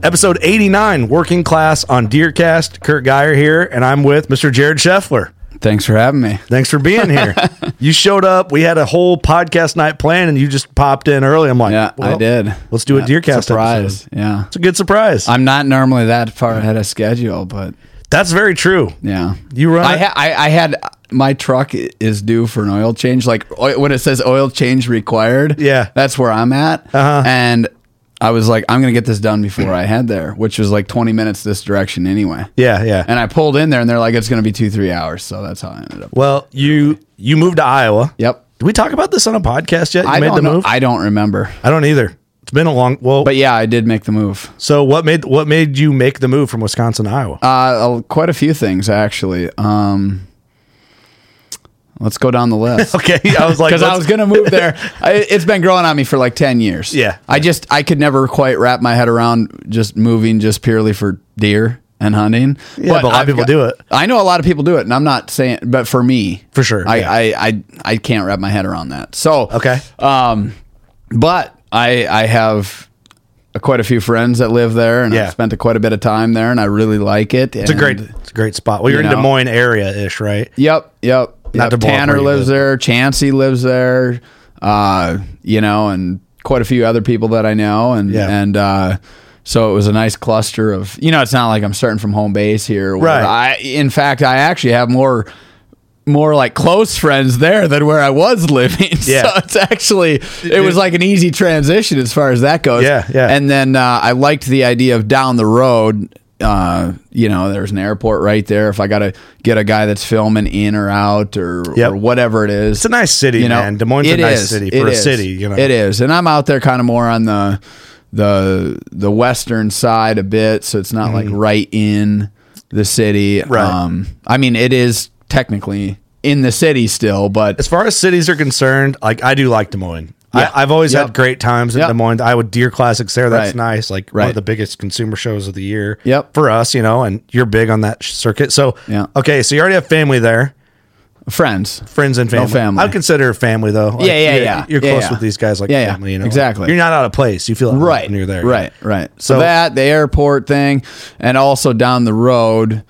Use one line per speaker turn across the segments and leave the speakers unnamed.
Episode 89, Working Class on Deercast. Kurt Geyer here, and I'm with Mr. Jared Scheffler.
Thanks for having me.
Thanks for being here. you showed up. We had a whole podcast night planned, and you just popped in early. I'm like,
Yeah, I
well,
did.
Let's do a
Yeah,
Deercast
surprise.
episode.
Yeah,
It's a good surprise.
I'm not normally that far ahead of schedule, but
That's very true.
yeah,
You run
I,
it?
ha- I I had my truck i- is due for an oil change. Like oil, when it says oil change required,
Yeah.
that's where I'm at.
Uh-huh.
And I was like, I'm gonna get this done before I head there, which was like 20 minutes this direction anyway.
Yeah, yeah.
And I pulled in there, and they're like, it's gonna be two three hours. So that's how I ended up.
well, you you moved to Iowa.
Yep.
Did we talk about this on a podcast yet? You
I
made
don't
the
know-
move?
I don't remember,
I don't either. It's been a long well
but yeah, I did make the move.
so what made what made you make the move from Wisconsin to Iowa?
Uh, quite a few things actually. Um, let's go down the list
okay. I was like
because I
let's-
was gonna move there. I, it's been growing on me for like ten years.
Yeah.
I just I could never quite wrap my head around just moving just purely for deer and hunting.
Yeah, but a lot of
I've
people do it.
I know a lot of people do it, and I'm not saying, but for me,
For sure,
I
yeah.
I, I I can't wrap my head around that. So
Okay.
um, but I I have. Quite a few friends that live there, and
Yeah.
I've spent quite a bit of time there, and I really like it.
It's a great it's a great spot. Well, you're
you
in Des
know.
Moines area ish, right?
Yep, yep.
Not
yep.
to blow up
Tanner
any
lives
good.
there. Chansey lives there. Uh, you know, and quite a few other people that I know, and
Yeah.
and uh, so it was a nice cluster of. You know, it's not like I'm starting from home base here. or whatever.
Right.
I, in fact, I actually have more. More like close friends there than where I was living.
Yeah.
So it's actually, it was like an easy transition as far as that goes.
Yeah, yeah.
And and then uh, I liked the idea of down the road. Uh, you know, there's an airport right there. If I got to get a guy that's filming in or out or,
Yep.
or whatever it is,
It's a nice city,
you know,
man. Des Moines is a
it
nice
is.
city
It
for a
is.
city, you know.
It is, and I'm out there kind of more on the the the western side a bit, so it's not like right in the city.
Mm-hmm.
Um,
Right.
I mean, it is technically in the city still, but
As far as cities are concerned, like I do like Des Moines.
Yeah.
I, I've always had
Yep.
great times in
Yep.
Des Moines. Iowa Deer Classics there. That's
Right.
nice. Like one of
Right.
the biggest consumer shows of the year.
Yep.
For us, you know, and you're big on that sh- circuit. So
Yeah.
okay, so you already have family there.
friends.
friends and family.
family.
I'd consider it family though. Like,
Yeah, yeah,
you're,
yeah.
You're
Yeah,
close
yeah.
with these guys like
Yeah, yeah.
family. You know,
Exactly.
You're not out of place. You feel at home
right
when you're there.
right right so,
So-
that the airport thing and also down the road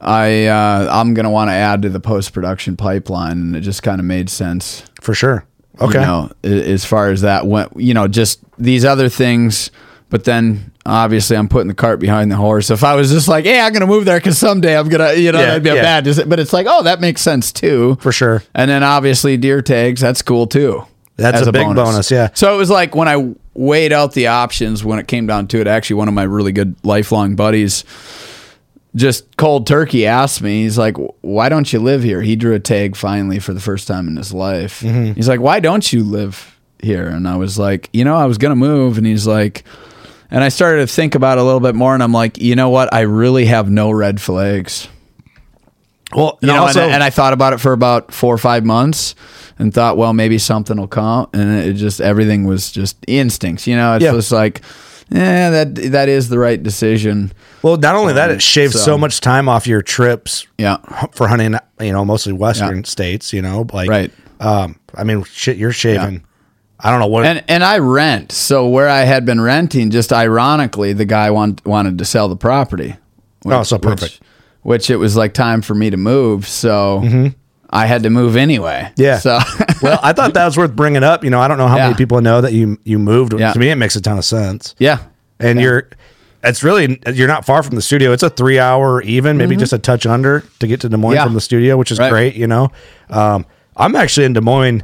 i uh, i'm gonna want to add to the post-production pipeline and it just kind of made sense
for sure. Okay.
you know a- as far as that went you know just these other things but then obviously i'm putting the cart behind the horse if i was just like yeah i'm gonna move there because someday i'm gonna you know
Yeah,
that'd be a
yeah.
bad deci- but it's like oh that makes sense too
For sure.
and then obviously deer tags, that's cool too.
That's
As
a big bonus, yeah.
So it was like when I weighed out the options when it came down to it, actually one of my really good lifelong buddies just cold turkey asked me, he's like, Why don't you live here? He drew a tag finally for the first time in his life.
Mm-hmm.
He's like, Why don't you live here? And I was like, You know, I was gonna move and he's like and I started to think about it a little bit more and I'm like, you know what? I really have no red flags.
Well,
You
and
know,
also,
and, I, and I thought about it for about four or five months and thought, well, maybe something will come. And it just, everything was just instincts, you know, it's
Yeah.
just like, yeah, that, that is the right decision.
well, not only that, it shaves so,
Um, so-
much time off your trips
Yeah.
hu- for hunting. You know, mostly Western states. You know, like
Right.
Um, I mean, shit, you're shaving. I don't know what.
And, and I rent. So where I had been renting, just ironically, the guy want, wanted to sell the property.
Oh, so
which-
perfect.
Which, it was like time for me to move. So I had to move anyway.
Mm-hmm. Yeah.
So
well, I thought that was worth bringing up. You know, I don't know how many
Yeah.
people know that you you moved.
Yeah.
To me, it makes a ton of sense.
yeah.
and you're it's really you're not far from the studio it's a three hour even maybe just a touch under to get to des moines
Mm-hmm. Yeah.
from the studio which is
Right.
great you know um, i'm actually in des moines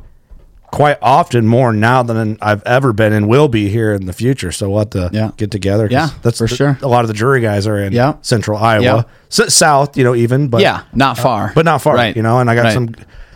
quite often more now than i've ever been and will be here in the future so we'll have to
Yeah.
get together 'cause
Yeah,
that's
for
the-
sure.
a lot of the jury guys are in
Yeah.
central iowa
Yeah.
S- south you know even but uh,
Yeah. Not far,
but not far,
Right.
you know. And I got
Right.
some.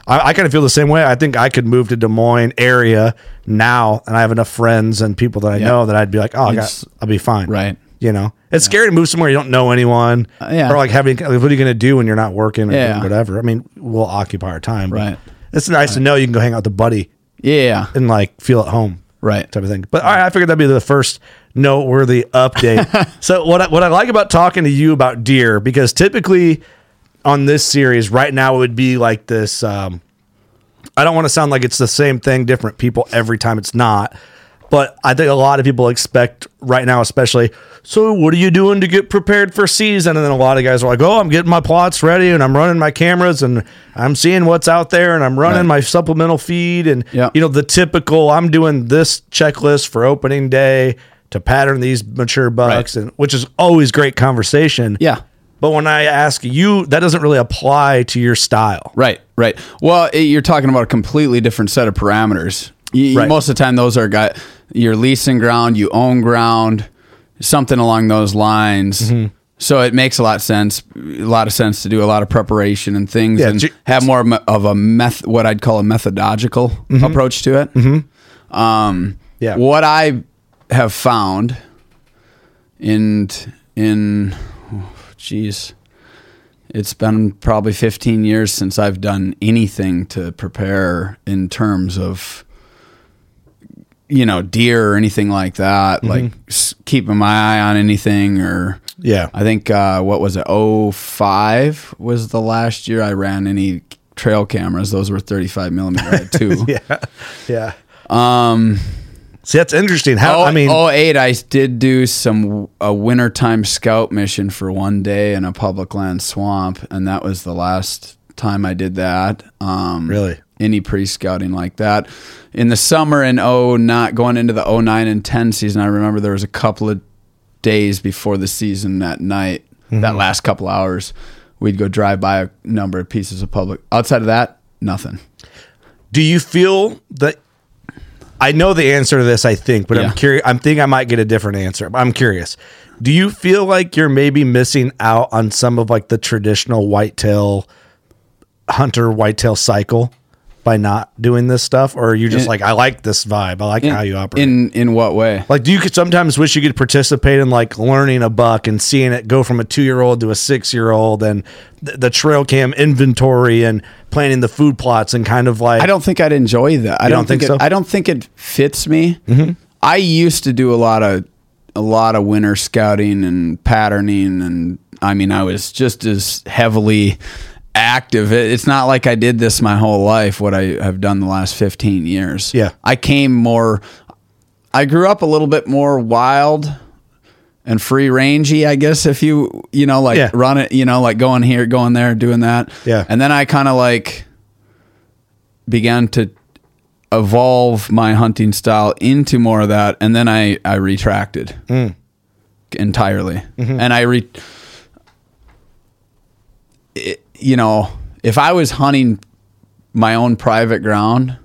I, I kind of feel the same way. I think I could move to Des Moines area now, and I have enough friends and people that I know that I'd be like, oh, I got,
It's-
I'll be fine,
Right. Uh,
You know, it's scary to move somewhere you don't know anyone,
yeah.
or like having. like, what are you going to do when you're not working or
Yeah.
doing whatever? I mean, we'll occupy our time, but
Right.
It's nice to know you can go hang out with a buddy
Yeah.
and like feel at home,
Right.
type of thing. But all right, I figured that'd be the first noteworthy update. so what I, what I like about talking to you about deer because typically on this series right now it would be like this. Um, I don't want to sound like it's the same thing, different people every time. It's not. But I think a lot of people expect right now, especially, so what are you doing to get prepared for season? And then a lot of guys are like, oh, I'm getting my plots ready and I'm running my cameras and I'm seeing what's out there and I'm running my
Right.
supplemental feed. And,
Yeah.
you know, the typical, I'm doing this checklist for opening day to pattern these mature bucks, and which is always great conversation.
Yeah.
But when I ask you, that doesn't really apply to your style.
Right, right. Well, it, you're talking about a completely different set of parameters. You, you-
Right.
most of the time, those are got you're leasing ground, you own ground, something along those lines.
Mm-hmm.
So it makes a lot of sense, a lot of sense to do a lot of preparation and things,
Yeah,
and
ju-
have more me- of a meth, what I'd call a methodological approach to it. Mm-hmm. Um,
Yeah.
What I have found in in, oh, jeez it's been probably 15 years since I've done anything to prepare in terms of you know deer or anything like that
Mm-hmm.
like s- keeping my eye on anything or
Yeah.
I think uh, what was it 05 was the last year I ran any trail cameras those were 35 millimeter I had two
Yeah. Yeah. Um See, that's interesting. How
Oh,
I mean,
oh eight. I did do some a wintertime scout mission for one day in a public land swamp, and that was the last time I did that. Um,
Really?
any pre-scouting like that in the summer in oh not going into the 09 and 10 season. I remember there was a couple of days before the season that night,
Mm-hmm.
that last couple hours, we'd go drive by a number of pieces of public. Outside of that, nothing.
do you feel that I know the answer to this, I think, but
Yeah.
I'm curious I'm think I might get a different answer. but I'm curious. Do you feel like you're maybe missing out on some of like the traditional whitetail hunter whitetail cycle by not doing this stuff? Or are you just
In-
like, I like this vibe, I like how you operate?
in in what way?
Like, do you could sometimes wish you could participate in like learning a buck and seeing it go from a two year old to a six year old and th- the trail cam inventory and planning the food plots and kind of like,
I don't think I'd enjoy that. I
don't
don't, think,
think
it,
so? Mm-hmm.
I don't think it fits me. I used to do a lot of a lot of winter scouting and patterning, and I mean, I was just as heavily active. It- It's not like I did this my whole life. What I have done the last fifteen years.
Yeah.
I came more. I grew up a little bit more wild and free rangey, I guess. If you you know like
Yeah.
run it, you know like going here, going there, doing that.
Yeah.
And then I kind of like began to evolve my hunting style into more of that and then i i retracted entirely and i re it, you know if i was hunting my own private ground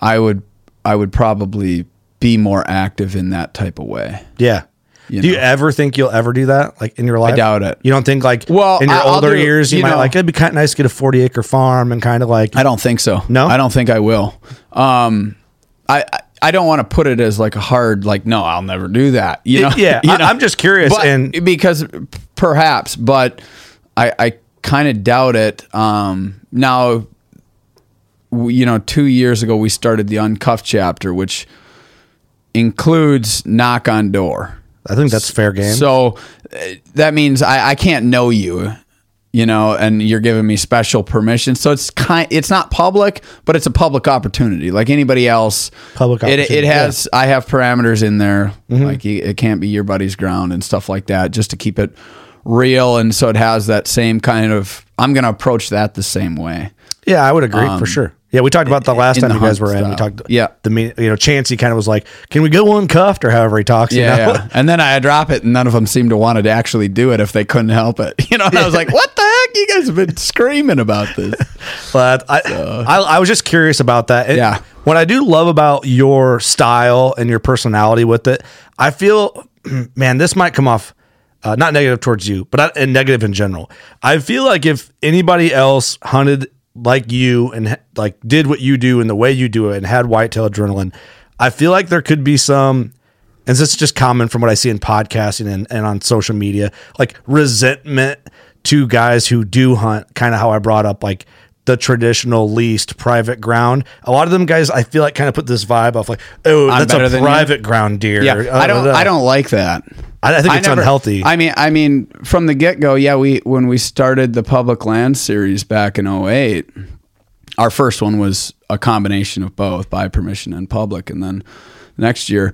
i would i would probably be more active in that type of way
yeah.
You
do you
know.
ever think you'll ever do that? Like in your life?
doubt it.
You don't think like
Well,
in your
I- I'll
older
do-
years, you,
you
might
know-
like, it'd be kind of nice to get a 40 acre farm and kind of like,
I don't think so.
No?
I don't think I will. Um, I I, I don't want to put it as like a hard like. No, I'll never do that. You know.
yeah.
You
I-
know?
I'm just curious.
But-
and
because perhaps, but I I kind of doubt it. Um, now, w- you know, two years ago we started the Uncuffed chapter, which includes knock on door.
I think that's fair game.
So uh, that means I, I can't know you, you know, and you're giving me special permission. So it's kind, it's not public, but it's a public opportunity, like anybody else.
Public
It, it
opportunity,
has. I have parameters in there, like you, it can't be your buddy's ground and stuff like that, just to keep it real. And so it has that same kind of. I'm going to approach that the same way.
Yeah, I would agree for sure. Yeah, we talked about the last
um,
time
in the
you guys
hunt
were in. We
style.
talked.
Yeah.
the mean you know Chancey kind of was like, "Can we go uncuffed?" or however he talks. you
Yeah,
know?
yeah. And then I drop it, and none of them seemed to want to actually do it if they couldn't help it. You know, and I was like, "What the heck? You guys have been screaming about this."
but I, I I was just curious about that. It-
Yeah.
What I do love about your style and your personality with it, I feel, man, this might come off uh, not negative towards you, but I, and negative in general. I feel like if anybody else hunted like you and ha- like did what you do and the way you do it and had whitetail adrenaline, I feel like there could be some. And this is just common from what I see in podcasting and, and on social media, like resentment to guys who do hunt, kind of how I brought up like the traditional leased private ground. A lot of them guys, I feel like, kind of put this vibe off like, oh,
I'm better
that's a
than you."
private ground deer.
Yeah,
Uh,
I don't.
uh,
I don't like that.
I, I think it's
never-
unhealthy.
I mean, I mean, from the get go, yeah. We when we started the public land series back in 08, our first one was a combination of both, by permission and public, and then next year.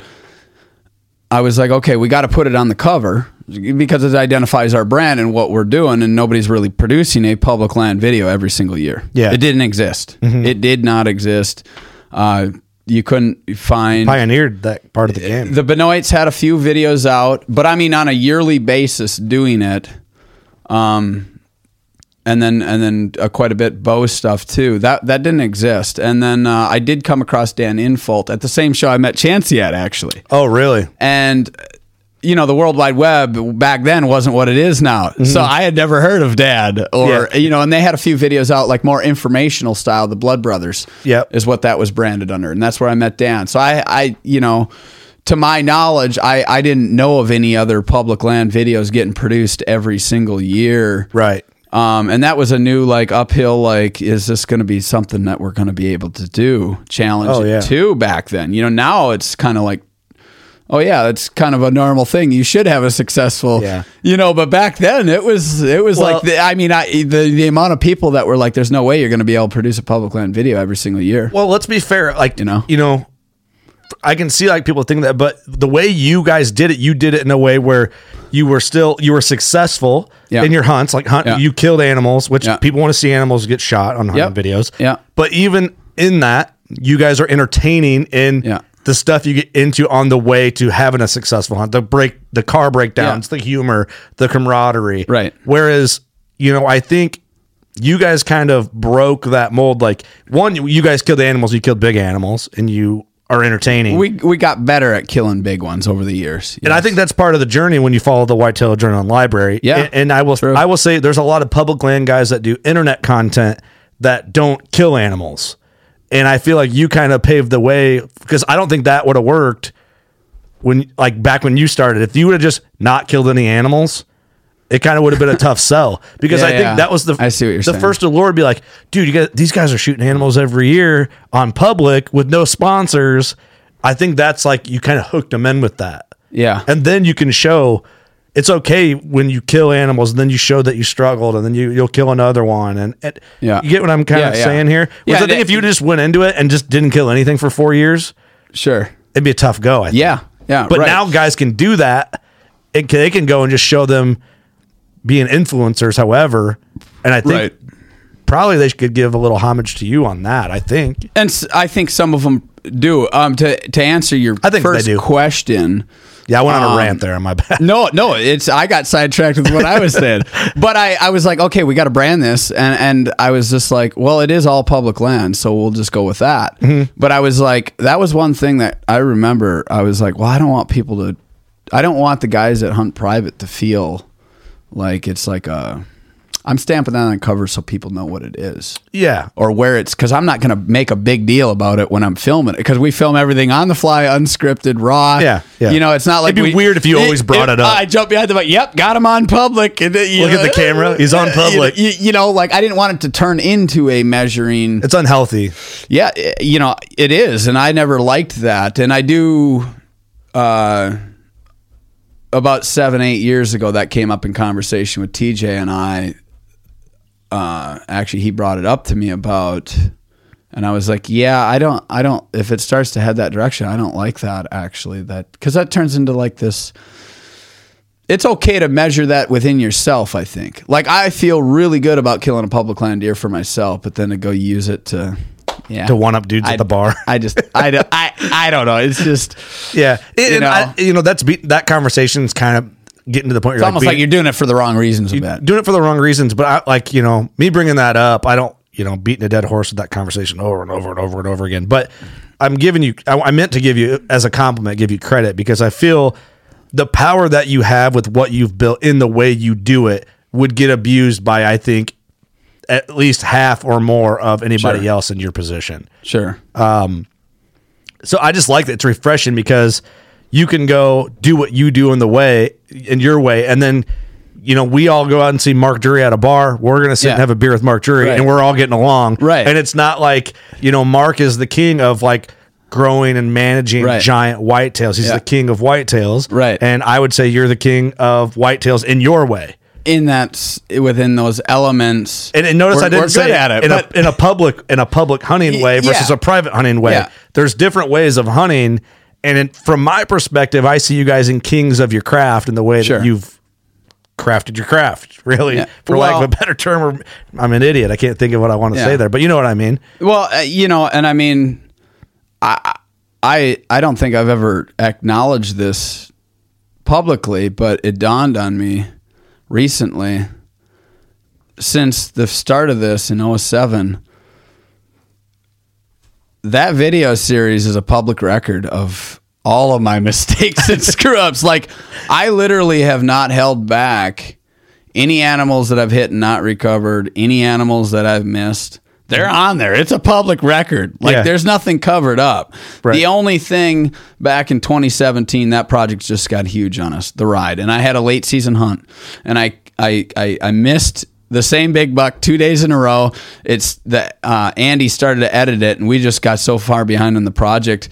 I was like, okay, we got to put it on the cover because it identifies our brand and what we're doing, and nobody's really producing a public land video every single year.
Yeah. Mm-hmm.
it didn't exist. It did not exist. Uh, you couldn't find
Pioneered that part of the game.
the Benoites had a few videos out, but I mean on a yearly basis doing it. Um, and then and then uh, quite a bit Bo stuff too. That that didn't exist. And then uh, I did come across Dan Infault at the same show I met Chancey at actually.
oh, really?
And you know the World Wide Web back then wasn't what it is now, so I had never heard of Dad or
Mm-hmm. Yeah.
you know. And they had a few videos out like more informational style. The Blood Brothers
Yep.
is what that was branded under, and that's where I met Dan. So I, I, you know, to my knowledge, I, I didn't know of any other public land videos getting produced every single year,
Right.
Um, and that was a new like uphill like, is this going to be something that we're going to be able to do? Challenge
Oh,
it
yeah.
too back then. You know, now it's kind of like. Oh yeah, that's kind of a normal thing. You should have a successful,
Yeah.
you know. But back then, it was it was
Well-
like the, I mean, I, the the amount of people that were like, "There's no way you're going to be able to produce a public land video every single year."
Well, let's be fair. Like, you
know?
you know, I can see like people think that, but the way you guys did it, you did it in a way where you were still you were successful
Yeah.
in your hunts. Like hunt,
Yeah.
you killed animals, which
Yeah.
people want to see animals get shot on hunting
Yep.
videos.
Yeah.
But even in that, you guys are entertaining in
Yeah.
the stuff you get into on the way to having a successful hunt. The break, the car breakdowns, the humor, the camaraderie.
Right.
Whereas, you know, I think you guys kind of broke that mold. Like one, you- you guys killed animals, you killed big animals, and you are entertaining.
we we got better at killing big ones over the years.
and I think that's part of the journey when you follow the Whitetail Journal and Library.
Yeah,
and, and I will I will say there's a lot of public land guys that do internet content that don't kill animals, and I feel like you kind of paved the way because I don't think that would have worked when like back when you started. If you would have just not killed any animals, it kind of would have been a tough sell because
Yeah,
I think
yeah.
that was the
I see what you're
the
saying.
first allure would be like, dude, you guys, these guys are shooting animals every year on public with no sponsors. I think that's like you kind of hooked them in with that.
yeah,
And then you can show it's okay when you kill animals and then you show that you struggled and then you, you'll kill another one. And, and
Yeah.
you get what I'm kind of
Yeah, yeah.
saying here? Which
Yeah,
I think
that-
if you just went into it and just didn't kill anything for four years,
sure,
it'd be a tough go. I think.
yeah, yeah.
But
right.
now guys can do that. It can, they can go and just show them being influencers, however. And I think
Right.
probably they could give a little homage to you on that, I think.
and s- I think some of them do. Um, to to answer your
I think they
first
do.
question,
Yeah, I went on a
Um,
rant there on my back.
No, no, it's I got sidetracked with what I was saying. but I, I was like, okay, we got to brand this, and and I was just like, well, it is all public land, so we'll just go with that.
Mm-hmm.
But I was like, that was one thing that I remember. I was like, well, I don't want people to, I don't want the guys that hunt private to feel like it's like a, I'm stamping that on the cover so people know what it is
Yeah.
or where it's because I'm not going to make a big deal about it when I'm filming it because we film everything on the fly, unscripted, raw.
Yeah, yeah.
You know, it's not like
It'd be
we-
weird if you always brought it up.
I jump behind the like, yep, got him on public. And, uh, you
Look at the camera. He's on
you-
public.
You, you know, like I didn't want it to turn into a measuring.
It's unhealthy.
Yeah, i- you know, it is, and I never liked that, and I do. Uh, about seven, eight years ago, that came up in conversation with TJ and I. Uh, actually, he brought it up to me about, and I was like, "Yeah, I don't, I don't. If it starts to head that direction, I don't like that. Actually, that because that turns into like this. It's okay to measure that within yourself. I think. Like, I feel really good about killing a public land deer for myself, but then to go use it to, yeah,
To one up dudes
I,
at the bar.
I just, I, don't- I, I don't know. It's just.
Yeah, and, and
know?
I- you know that's be, that conversation's kind of getting to the point.
It's almost like you're doing it for the wrong reasons. a bit.
doing it for the wrong reasons. But I like you know me bringing that up. I don't you know beating a dead horse with that conversation over and over and over and over again. But I'm giving you. I, I meant to give you as a compliment, give you credit because I feel the power that you have with what you've built in the way you do it would get abused by I think at least half or more of anybody
Sure.
else in your position.
Sure. Uh,
So I just like that it's refreshing because you can go do what you do in the way in your way, and then you know we all go out and see Mark Drury at a bar. We're gonna sit and
Yeah.
have a beer with Mark Drury,
Right.
and we're all getting along,
Right.
And it's not like you know Mark is the king of like growing and managing
Right.
giant whitetails. He's
Yeah.
the king of whitetails,
Right.
And I would say you're the king of whitetails in your way.
in that s- within those elements.
And, and notice
We're-
I didn't
we're
say
good at it,
in,
but-
a, in a public in a public hunting way versus
yeah.
a private hunting way.
Yeah.
There's different ways of hunting, And in, from my perspective, I see you guys in kings of your craft in the way
Sure.
that you've crafted your craft, really,
Yeah.
for lack
Well-
of a better term. Or I'm an idiot. I can't think of what I want to
Yeah.
say there, but you know what I mean.
Well, uh, you know, and I mean, I, I, I don't think I've ever acknowledged this publicly, but it dawned on me recently since the start of this in 07. That video series is a public record of all of my mistakes and screw ups. Like, I literally have not held back any animals that I've hit and not recovered, any animals that I've missed. They're on there. It's a public record. Like,
Yeah.
there's nothing covered up.
Right.
The only thing back in 2017, that project just got huge on us, the ride. And I had a late season hunt and I, I, I, I missed the same big buck two days in a row. It's that uh, Andy started to edit it and we just got so far behind on the project.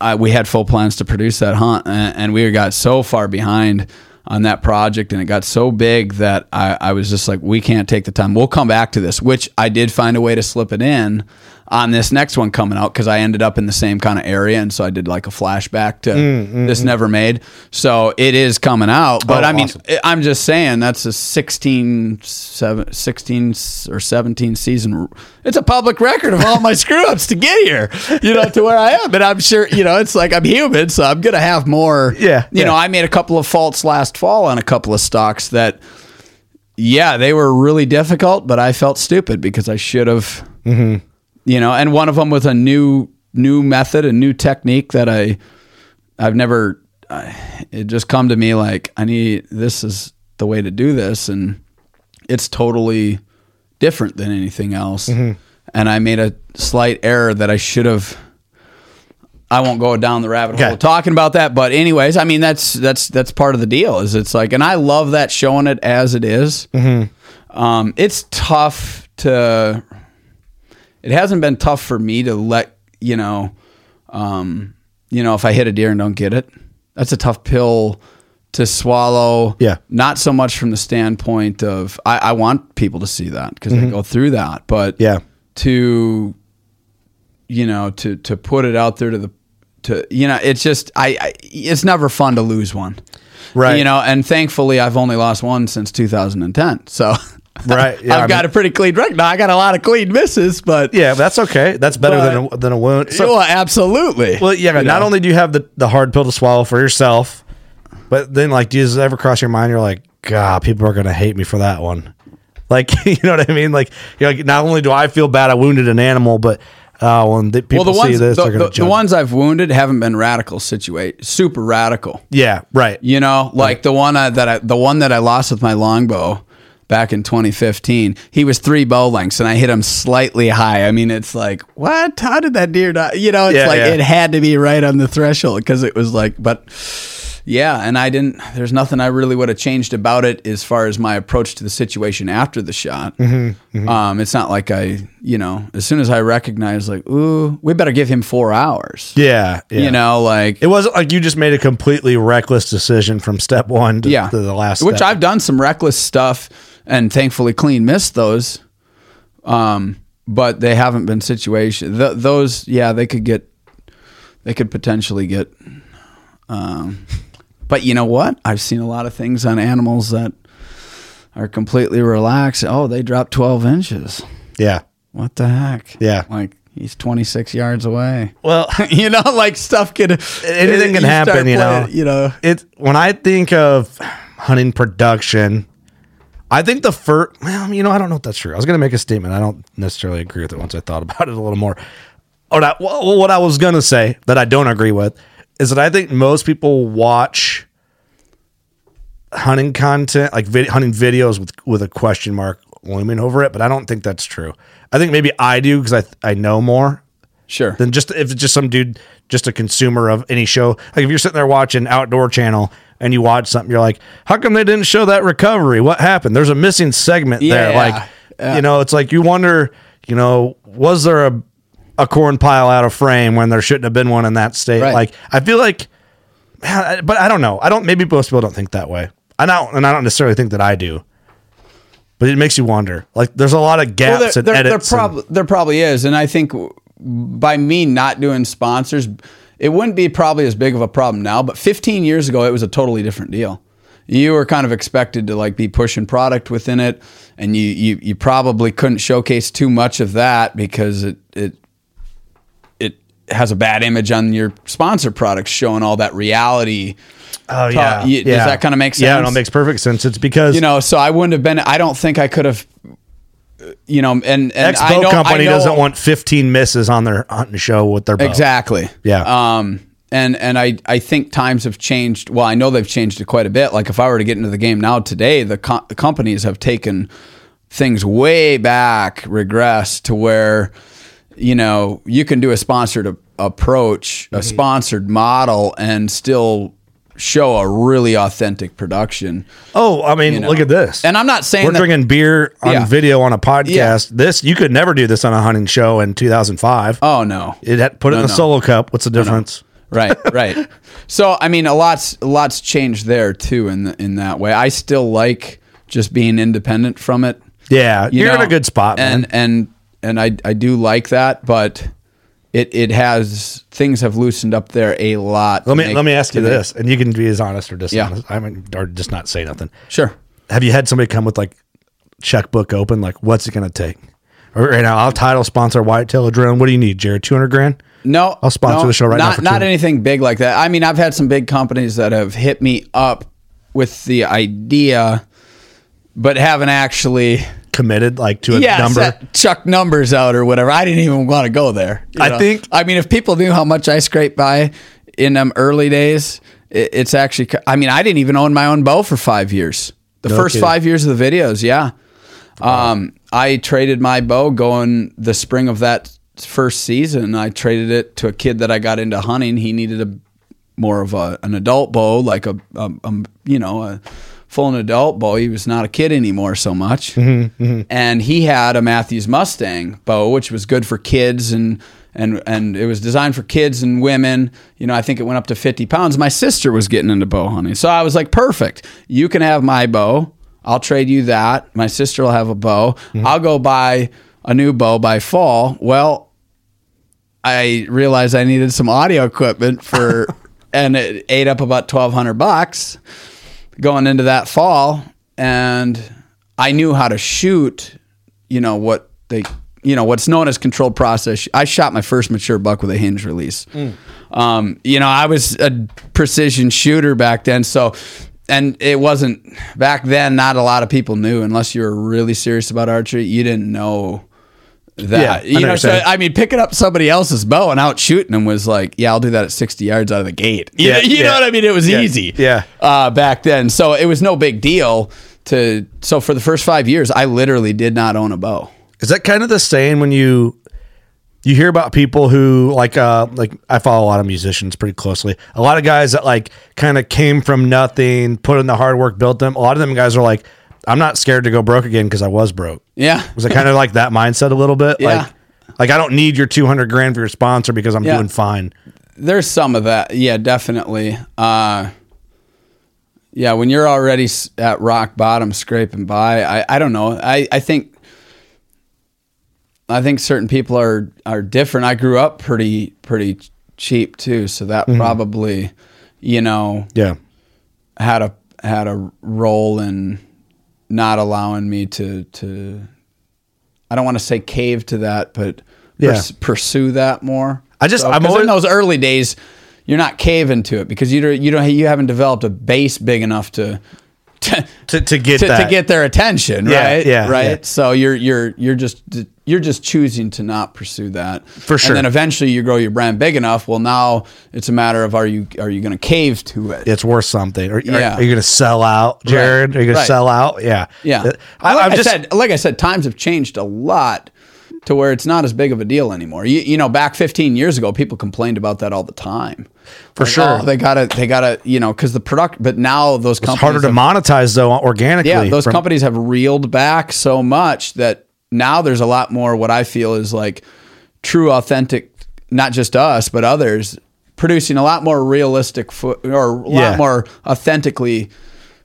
I, we had full plans to produce that hunt and, and we got so far behind on that project and it got so big that I, I was just like we can't take the time we'll come back to this which i did find a way to slip it in on this next one coming out because i ended up in the same kind of area and so i did like a flashback to this never made so it is coming out but
Oh,
i mean
awesome.
I- i'm just saying that's a 16 seven- 16 s- or 17 season r- it's a public record of all my screw ups to get here you know to where i am and i'm sure you know it's like i'm human so i'm gonna have more
Yeah,
you
yeah.
know i made a couple of faults last fall on a couple of stocks that yeah, they were really difficult, but I felt stupid because I should have,
Mm-hmm.
you know. And one of them was a new new method, a new technique that I I've never. I, it just come to me like I need this is the way to do this, and it's totally different than anything else. And I made a slight error that I should have. I won't go down the rabbit hole
Okay.
talking about that, but anyways, I mean that's that's that's part of the deal. Is it's like, and I love that showing it as it is. Um, it's tough to. It hasn't been tough for me to let you know, um, you know, if I hit a deer and don't get it, that's a tough pill to swallow.
Yeah.
not so much from the standpoint of I, I want people to see that because they go through that, but
Mm-hmm. Yeah.
to you know to to put it out there to the to you know it's just I, I it's never fun to lose one
Right.
you know and thankfully i've only lost one since 2010 so
Right, yeah,
i've
I
got
mean-
a pretty clean record now i got a lot of clean misses but
Yeah, but that's okay. That's better than a, than a wound. So-
well, absolutely
Well, yeah.
You
Not
know?
only do you have the, the hard pill to swallow for yourself, but then like, does it ever cross your mind? You're like, God, people are gonna hate me for that one. Like, you know what I mean? Like, you're like, not only do I feel bad, I wounded an animal, but uh, when the, people
well, the ones
see this,
the,
they're gonna
the- the
judge.
ones I've wounded haven't been radical situate super radical.
yeah, right.
You know, like the one I, that I, the one that I lost with my longbow back in 2015. He was three bow lengths, and I hit him slightly high. I mean, it's like, what? How did that deer die? You know, it's
Yeah,
like
yeah.
it had to be right on the threshold because it was like, but yeah. And I didn't. There's nothing I really would have changed about it as far as my approach to the situation after the shot.
Mm-hmm,
Um, it's not like I, you know, as soon as I recognized, like, ooh, we better give him four hours.
Yeah, yeah.
You know, like
it wasn't like you just made a completely reckless decision from step one to,
yeah.
to the last.
Which
step.
I've done some reckless stuff and thankfully clean missed those. Um, but they haven't been situation. Th- those, yeah, they could get, they could potentially get. Um, but you know what? I've seen a lot of things on animals that are completely relaxed. Oh, they dropped 12 inches.
yeah,
What the heck?
Yeah.
Like he's 26 yards away.
well.
you know, like stuff could,
anything can
start
happen, you know.
playing- you know,
it when I think of hunting production, I think the first. Well, you know, I don't know if that's true. I was going to make a statement. I don't necessarily agree with it once I thought about it a little more. Or not, well, what I was going to say that I don't agree with is that I think most people watch hunting content like vid- hunting videos with with a question mark looming over it, but I don't think that's true. I think maybe I do because I I know more
sure.
than just if it's just some dude just a consumer of any show. Like if you're sitting there watching Outdoor Channel and you watch something, you're like, how come they didn't show that recovery? What happened? There's a missing segment there.
Yeah,
Like you know, it's like you wonder, you know, was there a a corn pile out of frame when there shouldn't have been one in that state?
Right.
Like I feel like man, I- but I don't know. I don't maybe most people don't think that way. I don't and I don't necessarily think that I do. But it makes you wonder. Like there's a lot of gaps
Well, there,
and
there, there,
edits. and-
prob- there probably is, and I think w- by me not doing sponsors, it wouldn't be probably as big of a problem now, but 15 years ago, it was a totally different deal. You were kind of expected to like be pushing product within it, and you you, you probably couldn't showcase too much of that because it it it has a bad image on your sponsor products showing all that reality.
Oh
yeah. y- does that kinda make
Yeah,
sense?
no, it makes perfect sense. It's because
You know, so I wouldn't have been. I don't think I could have. You know, and, and
X
I know-
boat
I
company
know-
doesn't want 15 misses on their hunting show with their boat.
Exactly.
Yeah.
Um, and and I I think times have changed. Well, I know they've changed it quite a bit. Like if I were to get into the game now today, the, co- the companies have taken things way back, regress to where you know you can do a sponsored a- approach, a sponsored model, and still show a really authentic production.
Oh, I mean,
know.
look at this.
And I'm not saying
we're
that-
drinking beer on
Yeah.
video on a
Yeah.
podcast. This you could never do this on a hunting show in 2005.
Oh no,
it had put it in a
no.
solo cup. What's the difference?
right right so i mean a lot's a lot's changed there too in the, in that way i still like just being independent from it
Yeah,
you
you are in
know?
a good spot, man.
and and and i i do like that but it it has things have loosened up there a lot to
let me
make-
let me ask
to
you
make-
this, and you can be as honest or dishonest. I mean, or just not say nothing.
sure
Have you had somebody come with like checkbook open? Like, what's it going to take? Or right now, I'll title sponsor Whitetail Adrenaline. What do you need, Jared? 200 grand?
no
I'll sponsor
no,
the show right now
not
for
not
200.
anything big like that i mean i've had some big companies that have hit me up with the idea but haven't actually
Committed like to a
yeah,
number.
chuck numbers out or whatever. I didn't even want to go there. you
I think-
I mean, if people knew how much I scraped by in them early days, it, it's actually. c- I mean, I didn't even own my own bow for five years. The
No
first
kidding.
five years of the videos, yeah. Um, I traded my bow going the spring of that first season. I traded it to a kid that I got into hunting. He needed a more of a, an adult bow, like a, a, a- you know a full an adult bow. He was not a kid anymore so much, and he had a Matthews Mustang bow, which was good for kids and. And, and it was designed for kids and women. You know, I think it went up to 50 pounds. My sister was getting into bow hunting. So I was like, perfect. You can have my bow. I'll trade you that. My sister will have a bow. I'll go buy a new bow by fall. Well, I realized I needed some audio equipment for, and it ate up about twelve hundred bucks going into that fall. And I knew how to shoot, you know what they, you know what's known as controlled process. I shot my first mature buck with a hinge release. Um, you know, I was a precision shooter back then, so. And it wasn't back then. Not a lot of people knew, unless you were really serious about archery. You didn't know
Yeah, I
that. you
know
know,
what
so
you're saying.
I mean, picking up somebody else's bow and out shooting them was like, yeah, I'll do that at 60 yards out of the gate. You,
Yeah,
know, you
yeah.
know what I mean? It was
Yeah,
easy.
yeah.
Uh, back then. So it was no big deal to. So for the first five years, I literally did not own a bow.
Is that kind of the same when you you hear about people who like uh like I follow a lot of musicians pretty closely. A lot of guys that like kind of came from nothing, put in the hard work, built them. A lot of them guys are like, I'm not scared to go broke again because I was broke.
Yeah.
Was it kind of like that mindset a little bit?
Yeah.
Like like I don't need your 200 grand for your sponsor because I'm
Yeah.
doing fine.
There's some of that. Yeah, definitely. Uh, yeah, when you're already s- at rock bottom scraping by, I, I don't know. I, I think I think certain people are are different. I grew up pretty pretty cheap too, so that probably, you know,
Yeah.
had a had a role in not allowing me to to I don't want to say cave to that, but
Yeah.
pers- pursue that more.
I just-
So-
I'm
'cause
always-
in those early days, you're not caving to it because you don't, you don't you haven't developed a base big enough to to
To to get
to,
that.
to get their attention,
Yeah,
right?
yeah,
right.
yeah.
So you're you're you're just you're just choosing to not pursue that for
sure.
And then eventually you grow your brand big enough. Well, now it's a matter of are you are you going to cave to it?
it's worth something. Or,
Yeah.
are, you going to sell out, Jared? Are you going
Right.
to sell out? Yeah.
Yeah.
I,
like
Uh, I'm
I
just
said, like I said, times have changed a lot to where it's not as big of a deal anymore. You, you know, back 15 years ago, people complained about that all the time.
For sure.
"Oh, they gotta, they gotta, you know, because the product. But now those
it's
companies
harder to
have-
monetize though organically.
yeah, those
from-
companies have reeled back so much that now there's a lot more what I feel is like true, authentic, not just us, but others producing a lot more realistic fo- or a lot
Yeah.
more authentically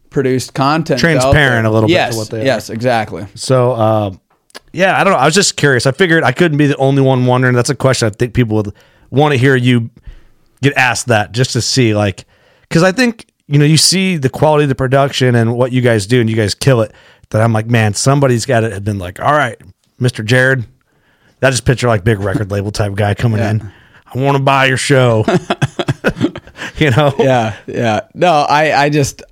produced content. out there.
Transparent a little bit to
Yes,
what they are.
yes, exactly.
So, uh, yeah, I don't know. I was just curious. I figured I couldn't be the only one wondering. That's a question I think people would want to hear you get asked that just to see like because I think you know you see the quality of the production and what you guys do and you guys kill it that I'm like man somebody's got to have been like all right Mr. Jared that just picture like big record label type guy coming in I want to buy your show you know
yeah, yeah. No, I, I just,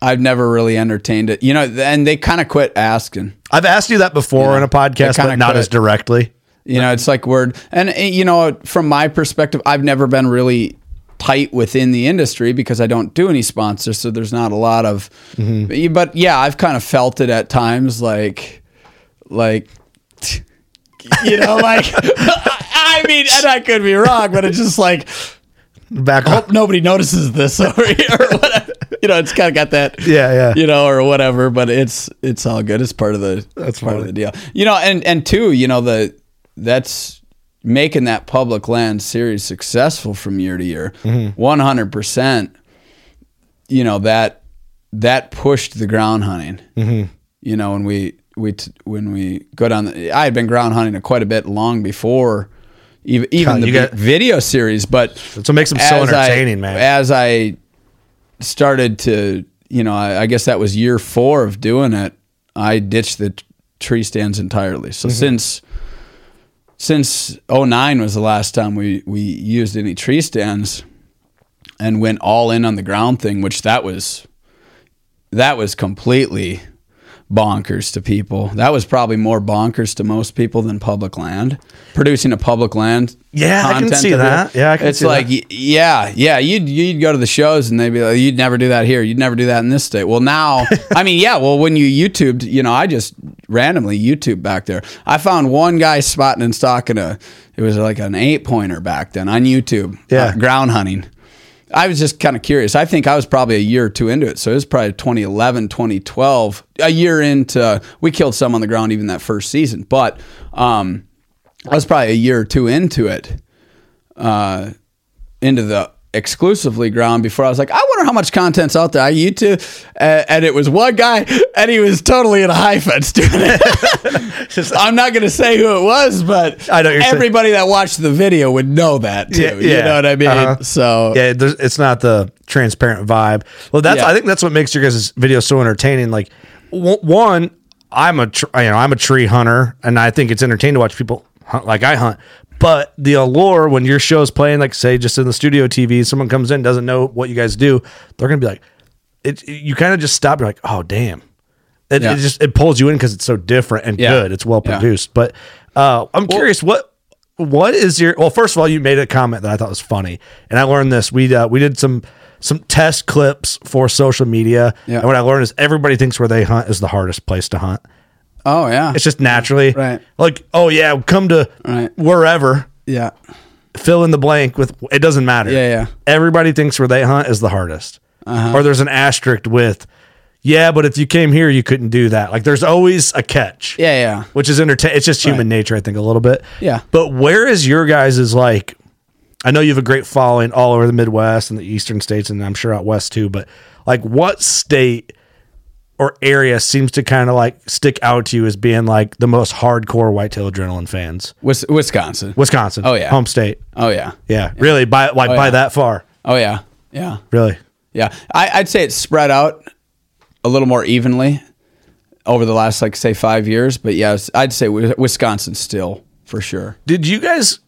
I've never really entertained it. You know, and they kind of quit asking.
I've asked you that before in a podcast
kinda
but not
quit.
as directly
You know, it's like word. And, eh, you know, from my perspective, I've never been really tight within the industry because I don't do any sponsors. So there's not a lot of, but yeah, I've kind of felt it at times like, like, you know, like, I mean, and I could be wrong, but it's just like,
back
hope nobody notices this over here. or whatever. you know, it's kind of got that.
Yeah, yeah.
You know, or whatever, but it's it's all good. It's part of the that's part of
funny.
the deal. You know, and and two, you know, the that's making that public land series successful from year to year,
Mm-hmm.
one hundred percent. You know that that pushed the ground hunting. Mm-hmm. You know, when we we t- when we go down, the, I had been ground hunting quite a bit long before. Even, even
God,
the
you
vi-
got-
video series, but
that's what makes them so
as I-
entertaining man
As I started to, you know, I, I guess that was year four of doing it. I ditched the t- tree stands entirely.
Mm-hmm.
So since since 09 was the last time we we used any tree stands, and went all in on the ground thing, which that was that was completely bonkers to people. That was probably more bonkers to most people than public land. Producing a public land,
Yeah, I can
content
see
video,
that. Yeah, I can
it's
see
like
that.
y- yeah, yeah. You'd you'd go to the shows and they'd be like, you'd never do that here. You'd never do that in this state. Well, now I mean, yeah. Well, when you YouTubed, you know, I just randomly YouTube back there. I found one guy spotting and stalking a. It was like an eight pointer back then on YouTube.
Yeah.
uh, ground hunting. I was just kind of curious. I think I was probably a year or two into it. So it was probably 2011, 2012, a year into, we killed some on the ground even that first season. But um, I was probably a year or two into it, uh, into the exclusively ground before I was like, I wonder how much content's out there. I YouTube, uh, and it was one guy, and he was totally in a high fence doing it.
Just-
I'm not going to say who it was, but
I know what you're saying.
everybody that watched the video would know that too.
Yeah,
You
yeah.
know what I mean?
Uh-huh.
So
yeah there's, it's not the transparent vibe well that's
Yeah.
i think that's what makes your guys' video so entertaining like w- one i'm a tr- you know i'm a tree hunter and i think it's entertaining to watch people hunt like i hunt but the allure when your show's playing like say just in the studio tv someone comes in doesn't know what you guys do they're gonna be like it, you kind of just stop you're like oh damn it,
Yeah.
it just it pulls you in because it's so different and
Yeah.
good it's well
Yeah.
produced but uh, i'm curious what what is your well first of all you made a comment that i thought was funny and i learned this we uh, we did some some test clips for social media
Yeah.
and what i learned is everybody thinks where they hunt is the hardest place to hunt
Oh yeah.
it's just naturally
Right.
like oh yeah come to
Right.
wherever
yeah.
fill in the blank with it doesn't matter.
Yeah, yeah. Uh-huh.
Everybody thinks where they hunt is the hardest. Or there's an asterisk with, yeah, but if you came here, you couldn't do that. Like there's always a catch.
Yeah, yeah.
Which is entertaining. It's just human nature, I think, a little bit.
Yeah.
But where is your guys' is like, I know you have a great following all over the Midwest and the Eastern states, and I'm sure out West too, but like what state or area seems to kind of like stick out to you as being like the most hardcore whitetail adrenaline fans?
Wis- Wisconsin.
Wisconsin.
Oh, yeah.
Home state.
Oh yeah.
Yeah, really by like by
yeah.
that far.
Oh yeah. Yeah.
Really.
Yeah. I, I'd say it's spread out a little more evenly over the last like say five years, but yes, I'd say Wi- Wisconsin still for sure.
Did you guys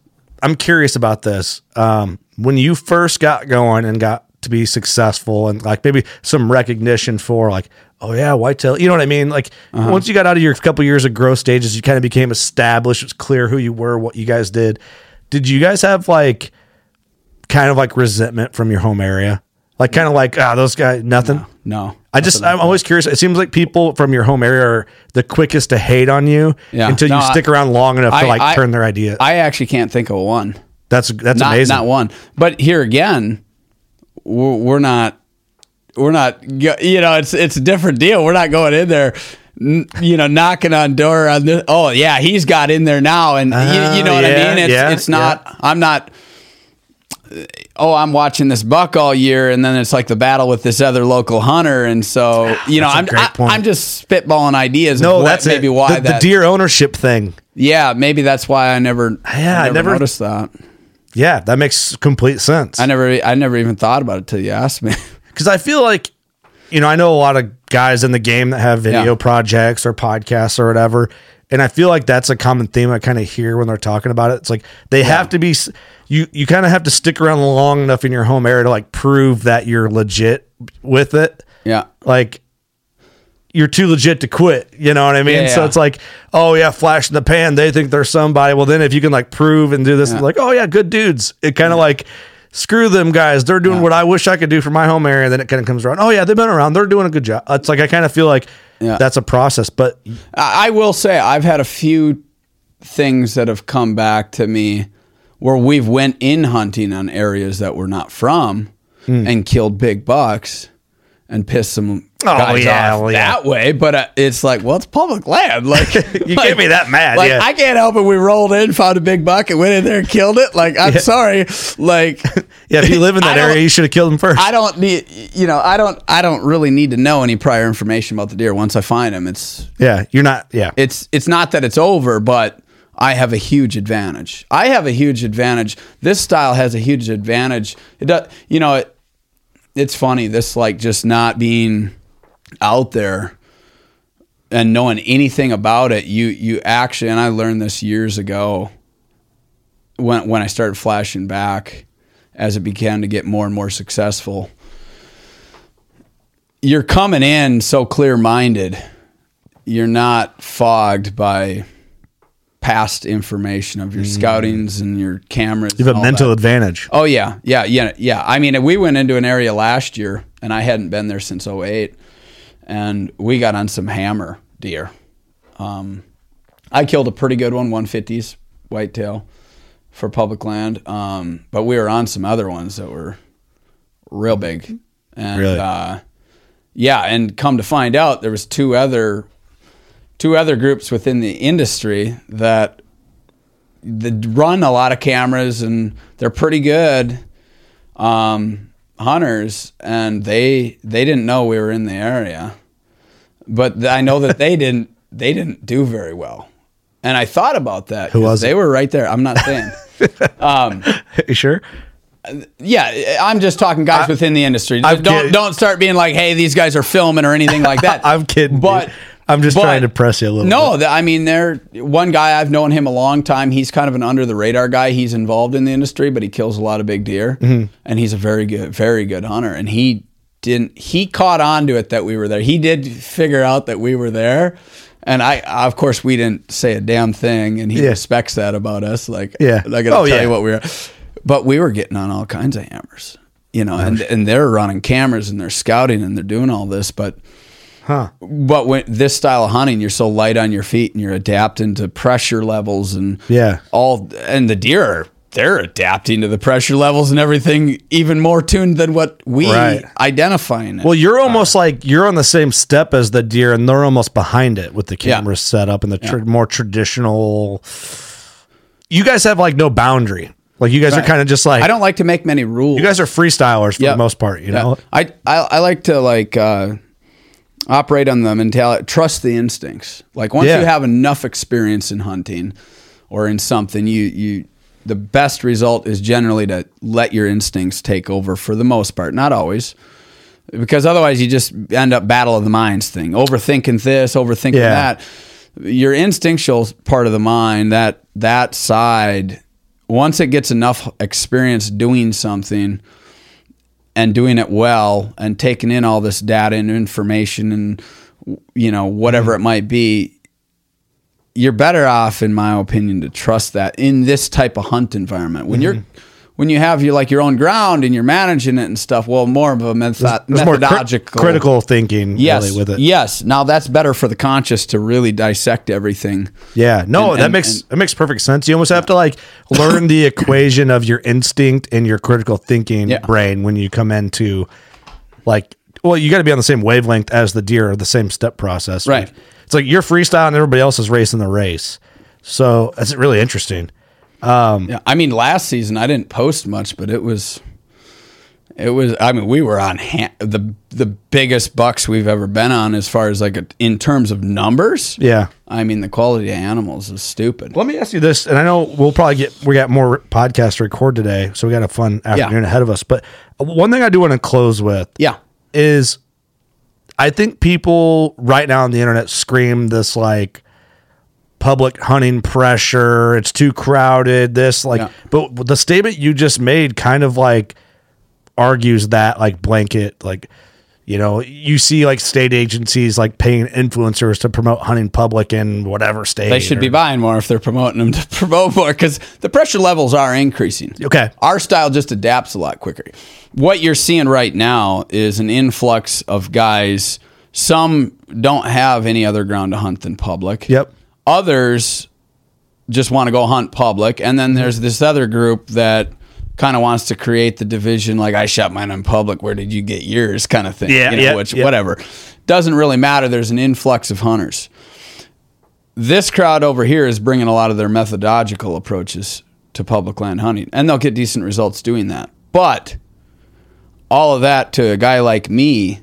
I'm curious about this. Um when you first got going and got to be successful and like maybe some recognition for like oh yeah whitetail you know what i mean like once you got out of your couple years of growth stages you kind of became established it was clear who you were what you guys did did you guys have like kind of like resentment from your home area like kind of like ah those guys nothing
No.
I just I'm always curious. It seems like people from your home area are the quickest to hate on you
Yeah.
until you
No, I-
stick around long enough to
I-
like
I-
turn their idea.
I actually can't think of one.
that's that's
not,
amazing.
Not one. But here again, we're, we're not. We're not. go- You know, it's it's a different deal. We're not going in there. n- You know, knocking on door on this. Oh yeah, he's got in there now, and you, you know what
Oh, yeah,
I mean. It's
yeah,
it's not. I'm not. Oh, I'm watching this buck all year, and then it's like the battle with this other local hunter, and so you know,
That's a
I'm
great
I,
point.
I'm just spitballing ideas.
no,
of what,
that's
maybe
it.
why
the,
that.
the deer ownership thing.
yeah, maybe that's why I never.
Yeah, I
I never
never-
noticed that.
Yeah, that makes complete sense.
I never I never even thought about it till you asked me.
because I feel like, you know, I know a lot of guys in the game that have video
Yeah.
projects or podcasts or whatever, and I feel like that's a common theme I kind of hear when they're talking about it. It's like they have to be s- you you kind of have to stick around long enough in your home area to like prove that you're legit with it.
yeah.
Like you're too legit to quit. You know what I mean?
Yeah,
So
yeah.
it's like, oh yeah, flash in the pan. They think they're somebody. Well, then if you can like prove and do this, like, oh yeah, good dudes. It kind of like, screw them guys. They're doing what I wish I could do for my home area. Then it kind of comes around. Oh yeah, they've been around. They're doing a good job. It's like I kind of feel like
Yeah.
that's a process. But
I I will say I've had a few things that have come back to me where we've went in hunting on areas that we're not from
Hmm.
and killed big bucks and pissed some guys
Oh, yeah,
off
well, yeah.
that way. But uh, it's like, well, it's public land. Like
You
like-
get me that mad,
Like
yeah.
I can't help it. We rolled in, found a big buck, and went in there and killed it. Like I'm sorry. Like
yeah, if you live in that
I don't-
area, you should have killed them first.
I don't need you know I don't I don't really need to know any prior information about the deer. Once I find them, it's
yeah, you're not. Yeah,
it's it's not that it's over, but I have a huge advantage. I have a huge advantage. This style has a huge advantage. It does, you know, it, it's funny this like just not being out there and knowing anything about it. You you actually and I learned this years ago when when I started flashing back as it began to get more and more successful. You're coming in so clear-minded you're not fogged by past information of your scoutings and your cameras.
Mm. you have
and
a
all
mental
that.
advantage.
Oh yeah, yeah, yeah, yeah. I mean, we went into an area last year, and I hadn't been there since 08, and we got on some hammer deer. Um, I killed a pretty good one, 150s whitetail for public land, um, but we were on some other ones that were real big, and
Really?
uh, yeah, and come to find out, there was two other two other groups within the industry that they run a lot of cameras and they're pretty good um, hunters and they they didn't know we were in the area but th- i know that they didn't they didn't do very well and i thought about that who
was
they
it?
were right there i'm not saying
you sure?
yeah i'm just talking guys within the industry
I'm
don't
kidding.
don't start being like hey these guys are filming or anything like that
I'm kidding,
but
dude. I'm just
but-
trying to press you a little
no, th- I mean, there. One guy I've known him a long time. He's kind of an under the radar guy. He's involved in the industry, but he kills a lot of big deer,
Mm-hmm.
and he's a very good, very good hunter. And he didn't. He caught on to it that we were there. He did figure out that we were there, and I, of course, we didn't say a damn thing, and he
Yeah.
respects that about us. Like,
Yeah.
I gotta
Oh,
tell
yeah.
you what we were, but we were getting on all kinds of hammers. You
Oh,
know, and, and they're running cameras and they're scouting and they're doing all this, but
Huh.
but when this style of hunting, you're so light on your feet and you're adapting to pressure levels and
Yeah.
all and the deer are- they're adapting to the pressure levels and everything even more tuned than what we
Right.
identifying. it.
Well, you're almost like you're on the same step as the deer, and they're almost behind it with the
Yeah.
camera set up and the tr- more traditional. You guys have like no boundary. Like you guys are
Right.
kind of just like
I don't like to make many rules.
You guys are freestylers for
Yeah.
the most part. You
Yeah.
know,
I, I I like to like uh, operate on the mentality, trust the instincts. Like once
Yeah.
you have enough experience in hunting or in something, you you the best result is generally to let your instincts take over for the most part. Not always. Because otherwise, you just end up battle of the minds thing, overthinking this, overthinking
Yeah.
that your instinctual part of the mind that that side once it gets enough experience doing something and doing it well and taking in all this data and information and you know whatever
Mm-hmm.
it might be you're better off in my opinion to trust that in this type of hunt environment when you're
Mm-hmm.
when you have your like your own ground and you're managing it and stuff well more of a method-
There's more cri-
methodological
critical thinking.
yes
really with it.
yes now that's better for the conscious to really dissect everything
Yeah, no,
And-
that
and-
makes
and-
that makes perfect sense. You almost have to like learn the equation of your instinct and your critical thinking
Yeah.
brain when you come into like well, you got to be on the same wavelength as the deer or the same step process.
Right.
Like, it's like you're freestyling, everybody else is racing the race. So that's really interesting.
Yeah, I mean, last season I didn't post much, but it was It was. I mean, we were on ha- the the biggest bucks we've ever been on as far as like a, in terms of numbers.
Yeah.
I mean, the quality of animals is stupid.
Let me ask you this, and I know we'll probably get we got more podcasts to record today, so we got a fun afternoon ahead of us. But one thing I do want to close with
Yeah.
is I think people right now on the internet scream this like public hunting pressure, it's too crowded, this like
Yeah.
but the statement you just made kind of like argues that like blanket like you know, you see like state agencies like paying influencers to promote hunting public in whatever state.
They should
or-
be buying more if they're promoting them to promote more because the pressure levels are increasing.
Okay.
Our style just adapts a lot quicker. What you're seeing right now is an influx of guys. Some don't have any other ground to hunt than public.
Yep.
Others just want to go hunt public. And then there's this other group that kind of wants to create the division like I shot mine in public. Where did you get yours? Kind of thing.
Yeah,
You know,
yeah,
which,
yeah.
Whatever. Doesn't really matter. There's an influx of hunters this crowd over here is bringing a lot of their methodological approaches to public land hunting, and they'll get decent results doing that. But all of that to a guy like me,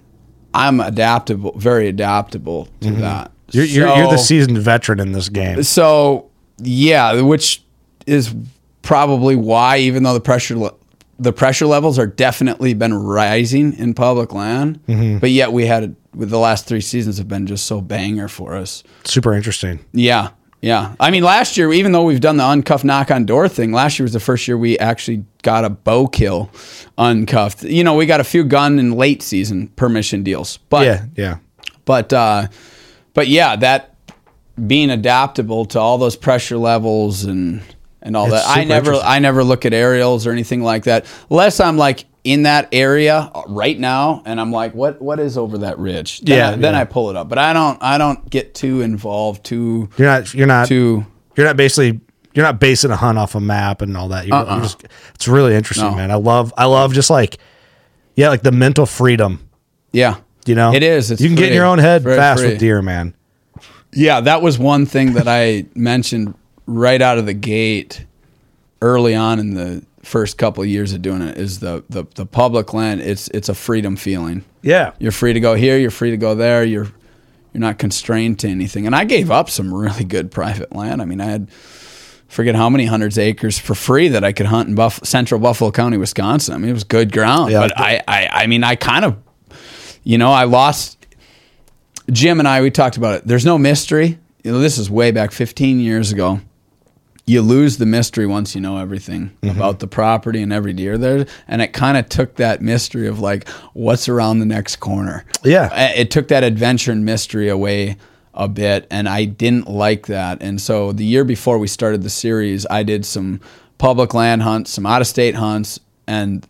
I'm adaptable, very adaptable to that.
Mm-hmm. You're, you're, you're the
So-
seasoned veteran in this game.
so yeah, which is probably why, even though the pressure le- the pressure levels are definitely been rising in public land,
Mm-hmm.
but yet we had with the last three seasons have been just so banger for us.
Super interesting.
Yeah. Yeah. I mean, last year, even though we've done the uncuffed knock on door thing, last year was the first year we actually got a bow kill uncuffed. You know, we got a few gun and late season permission deals. But,
Yeah, yeah.
but, uh, but yeah, that being adaptable to all those pressure levels and, and all
It's
that. I
super
never,
interesting.
I never look at aerials or anything like that. Unless I'm like in that area right now and I'm like, what, what is over that ridge? Then
Yeah,
I, then
yeah.
I pull it up. But I don't, I don't get too involved, too,
You're not. You're not.
too,
You're not basically. You're not basing a hunt off a map and all that. You're,
Uh-uh.
you're just, it's really interesting, man. I love. I love just like, yeah, like the mental freedom.
Yeah.
You know,
It is. It's
you can get in
free.
your own head
Very
fast
free.
with deer, man.
Yeah, that was one thing that I mentioned right out of the gate early on in the first couple of years of doing it is the, the the public land it's it's a freedom feeling.
Yeah.
You're free to go here, you're free to go there, you're you're not constrained to anything. And I gave up some really good private land. I mean, I had forget how many hundreds of acres for free that I could hunt in Buff- central Buffalo County, Wisconsin. I mean, it was good ground.
Yeah,
but I, I, I mean, I kind of, you know, I lost. Jim and I, we talked about it. There's no mystery. You know, this is way back 15 years ago. You lose the mystery once you know everything about the property and every deer there. And it kind of took that mystery of like, what's around the next corner?
Yeah.
I- it took that adventure and mystery away a bit and I didn't like that. And so the year before we started the series, I did some public land hunts, some out of state hunts, and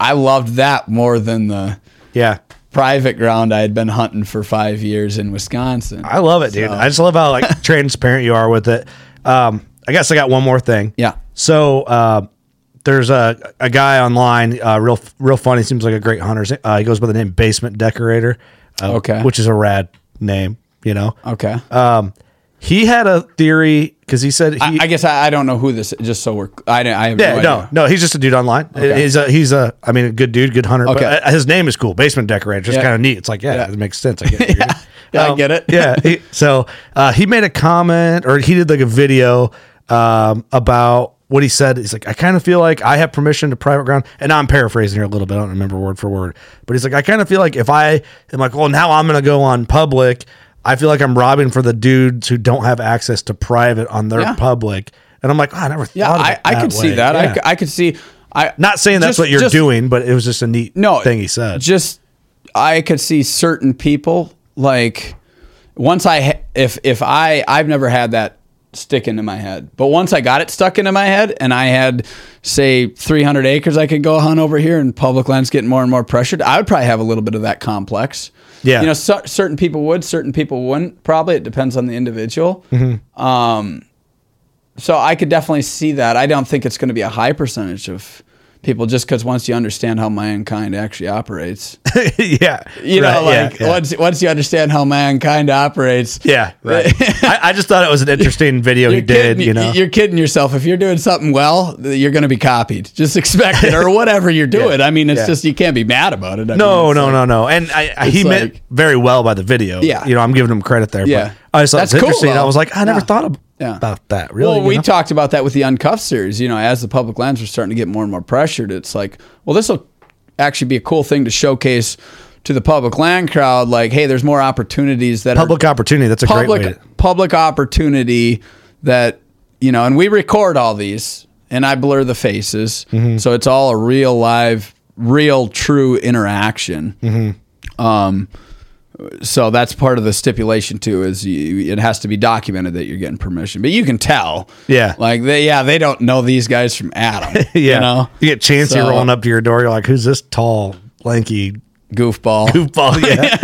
I loved that more than the
Yeah.
private ground I had been hunting for 5 years in Wisconsin.
I love it, dude. I just love how like transparent you are with it. Um, I guess I got one more thing.
Yeah.
So uh, there's a a guy online, uh, real real funny. Seems like a great hunter. Uh, he goes by the name Basement Decorator. Uh,
Okay.
Which is a rad name, you know.
okay.
Uh, He had a theory because he said he.
I, I guess I, I don't know who this just so we're I don't- I have
yeah,
no,
no,
idea.
no, he's just a dude online. He's a he's a I mean a good dude, good hunter.
Okay.
But uh, his name is cool, basement decorator. It's
Yeah.
kind of neat. It's like yeah, it makes sense. I get it. yeah.
Yeah, I get it.
yeah. he- so uh, he made a comment or he did like a video um, about what he said. He's like, I kind of feel like I have permission to private ground. And I'm paraphrasing here a little bit. I don't remember word for word. But he's like, I kind of feel like if I am like, well, now I'm going to go on public, I feel like I'm robbing for the dudes who don't have access to private on their
Yeah.
public. And I'm like, oh, I never
Yeah,
thought of
I,
it
I
that
could see
way.
that. I
Yeah.
c I I, could see I
Not saying that's
just-
what you're
just-
doing, but it was just a neat
no
thing he said.
Just I could see certain people like once I ha- if if I I've never had that stick into my head, but once I got it stuck into my head and I had say 300 acres I could go hunt over here and public lands getting more and more pressured, I would probably have a little bit of that complex.
Yeah.
you know, cer certain people would, certain people wouldn't. Probably it depends on the individual.
Mm-hmm.
Um, so I could definitely see that. I don't think it's going to be a high percentage of people just because once you understand how mankind actually operates,
yeah.
you know,
Right, yeah,
like
yeah.
once once you understand how mankind operates,
Yeah, right. I, I just thought it was an interesting video he
you're
did.
kidding-
you know,
you're kidding yourself. If you're doing something well, th- you're going to be copied. Just expect it, or whatever you're doing. I mean, it's
Yeah.
just you can't be mad about it. I
no,
mean, it's
no,
like-
no, no. And I, I, he
It's
meant
like-
very well by the video.
Yeah.
you know, I'm giving him credit there.
Yeah.
but I just thought
That's
it was
cool,
interesting. I
though.
was like, I never
Yeah.
thought ab-
Yeah.
about that. Really?
Well,
you
we
know?
talked about that with the Uncuffed series. You know, as the public lands were starting to get more and more pressured, it's like, well, this will actually be a cool thing to showcase to the public land crowd. Like, hey, there's more opportunities that
public opportunity. That's a
are public
great way. To,
public opportunity that you know, and we record all these, and I blur the faces,
Mm-hmm.
so it's all a real live, real, true interaction.
Mm-hmm.
Um, so that's part of the stipulation too is you, it has to be documented that you're getting permission but you can tell
Yeah.
like they yeah they don't know these guys from adam
yeah,
you know
you get Chancey
So-
rolling up to your door. You're like, who's this tall, lanky
goofball
goofball? Yeah,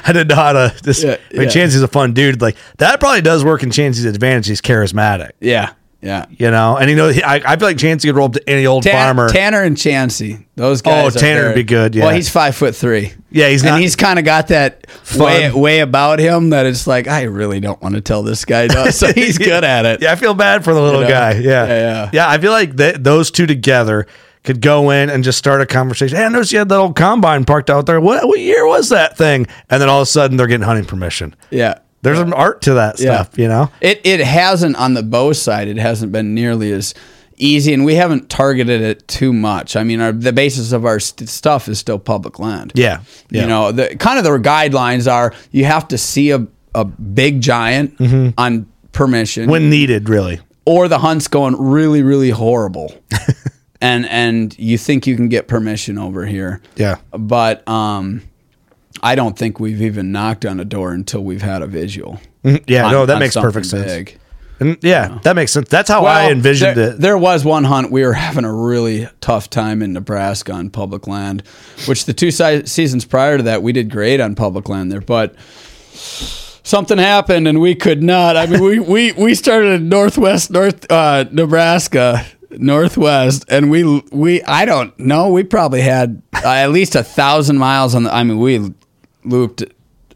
I didn't know how to. Just,
Yeah,
I mean,
yeah.
Chancey's a fun dude. Like that probably does work in Chancey's advantage. He's charismatic.
yeah yeah
You know, and you know, he, I, I feel like Chancey could roll up to any old
Tan-
farmer. Oh,
tanner and chancey those guys are
Tanner would
very-
be good, yeah.
well he's five foot three
Yeah, he's
and
not-
he's kind of got that way,
Fun.
way about him that it's like i really don't want to tell this guy no. so he's good at it
Yeah, I feel bad for the little
know?
guy. Yeah.
Yeah, yeah.
I feel like th- those two together could go in and just start a conversation. Hey, I noticed you had that old combine parked out there. What, what year was that thing? And then all of a sudden they're getting hunting permission.
yeah
There's an art to that
Yeah.
stuff, you know?
It it hasn't on the bow side. It hasn't been nearly as easy, and we haven't targeted it too much. I mean, our, the basis of our st- stuff is still public land.
Yeah, yeah.
you know, the kind of the guidelines are you have to see a a big giant on permission
Mm-hmm. When needed, really.
or the hunt's going really really horrible and and you think you can get permission over here
Yeah.
but um i don't think we've even knocked on a door until we've had a visual
Mhm. Yeah,
on-
no, that
on
makes perfect
something
sense. And yeah, that makes sense. That's how I
Oh. Well,
envisioned
there,
it.
There was one hunt we were having a really tough time in Nebraska on public land, which the two si- seasons prior to that we did great on public land there, but something happened and we could not. I mean, we we we started in northwest North uh, Nebraska. Northwest, and we we I don't know. We probably had uh, at least a thousand miles on the. I mean, we looped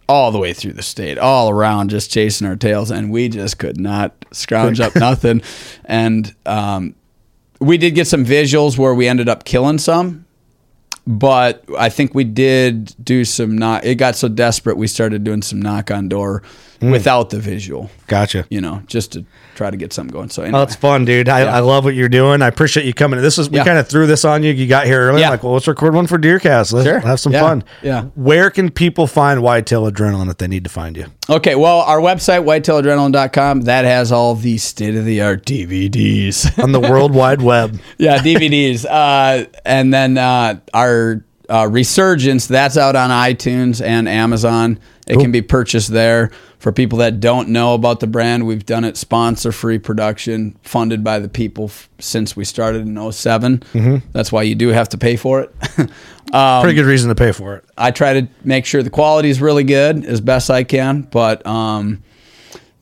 all the way through the state, all around, just chasing our tails, and we just could not scrounge up nothing. And um, we did get some visuals where we ended up killing some, but I think we did do some knock. It got so desperate we started doing some knock on door without the visual,
gotcha.
you know, just to try to get something going. So
Oh,
anyway,
that's fun, dude. I, I love what you're doing. I appreciate you coming. This is we
Yeah.
kind of threw this on you. You got here early.
Yeah.
Like, well, let's record one for Deercast. Let's
Sure.
have some
Yeah.
fun.
Yeah.
Where can people find Whitetail Adrenaline if they need to find you?
okay. Well, our website whitetailadrenaline.com that has all the state of the art DVDs.
On the World Wide Web.
yeah, DVDs. Uh, and then uh, our uh, Resurgence, that's out on iTunes and Amazon. It can be purchased there. For people that don't know about the brand, we've done it sponsor free production, funded by the people f- since we started in 7 That's why you do have to pay for it. Um,
Pretty good reason to pay for it.
I try to make sure the quality is really good as best I can, but um,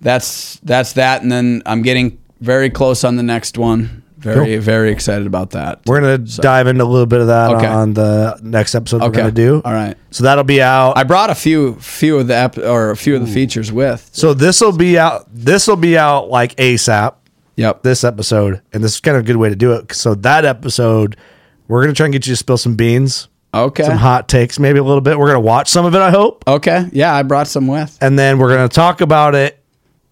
that's that's that. And then I'm getting very close on the next one. Very very excited about that.
We're gonna dive into a little bit of that
Okay.
on the next episode we're
Okay.
gonna do.
All right.
So that'll be out.
I brought a few few of the ep- or a few of the features with.
so this'll be out this'll be out like ASAP,
Yep.
this episode. And this is kind of a good way to do it. So that episode, we're gonna try and get you to spill some beans.
Okay.
Some hot takes, maybe a little bit. We're gonna watch some of it, I hope.
Okay. Yeah, I brought some with.
and then we're going to talk about it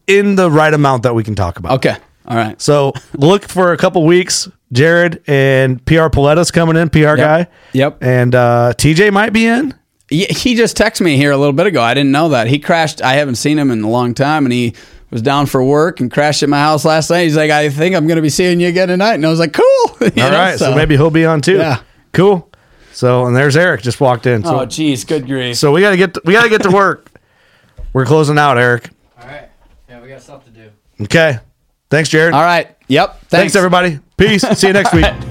in the right amount that we can talk about.
Okay. All right.
So look for a couple weeks. Jared and PR Paletta's coming in, PR guy.
Yep.
And uh, TJ might be in.
He, he just texted me here a little bit ago. I didn't know that he crashed. I haven't seen him in a long time, and he was down for work and crashed at my house last night. He's like, I think I'm going to be seeing you again tonight, and I was like, cool. All right.
All right. So, maybe he'll be on too.
uh, Yeah.
Cool. So and there's Eric just walked in. So,
Oh, geez, good grief.
so we gotta get to, we gotta get to work. we're closing out, Eric.
All right. Yeah, we got stuff to do.
Okay. Thanks, Jared.
All right. Yep.
Thanks everybody. Peace. See you next week.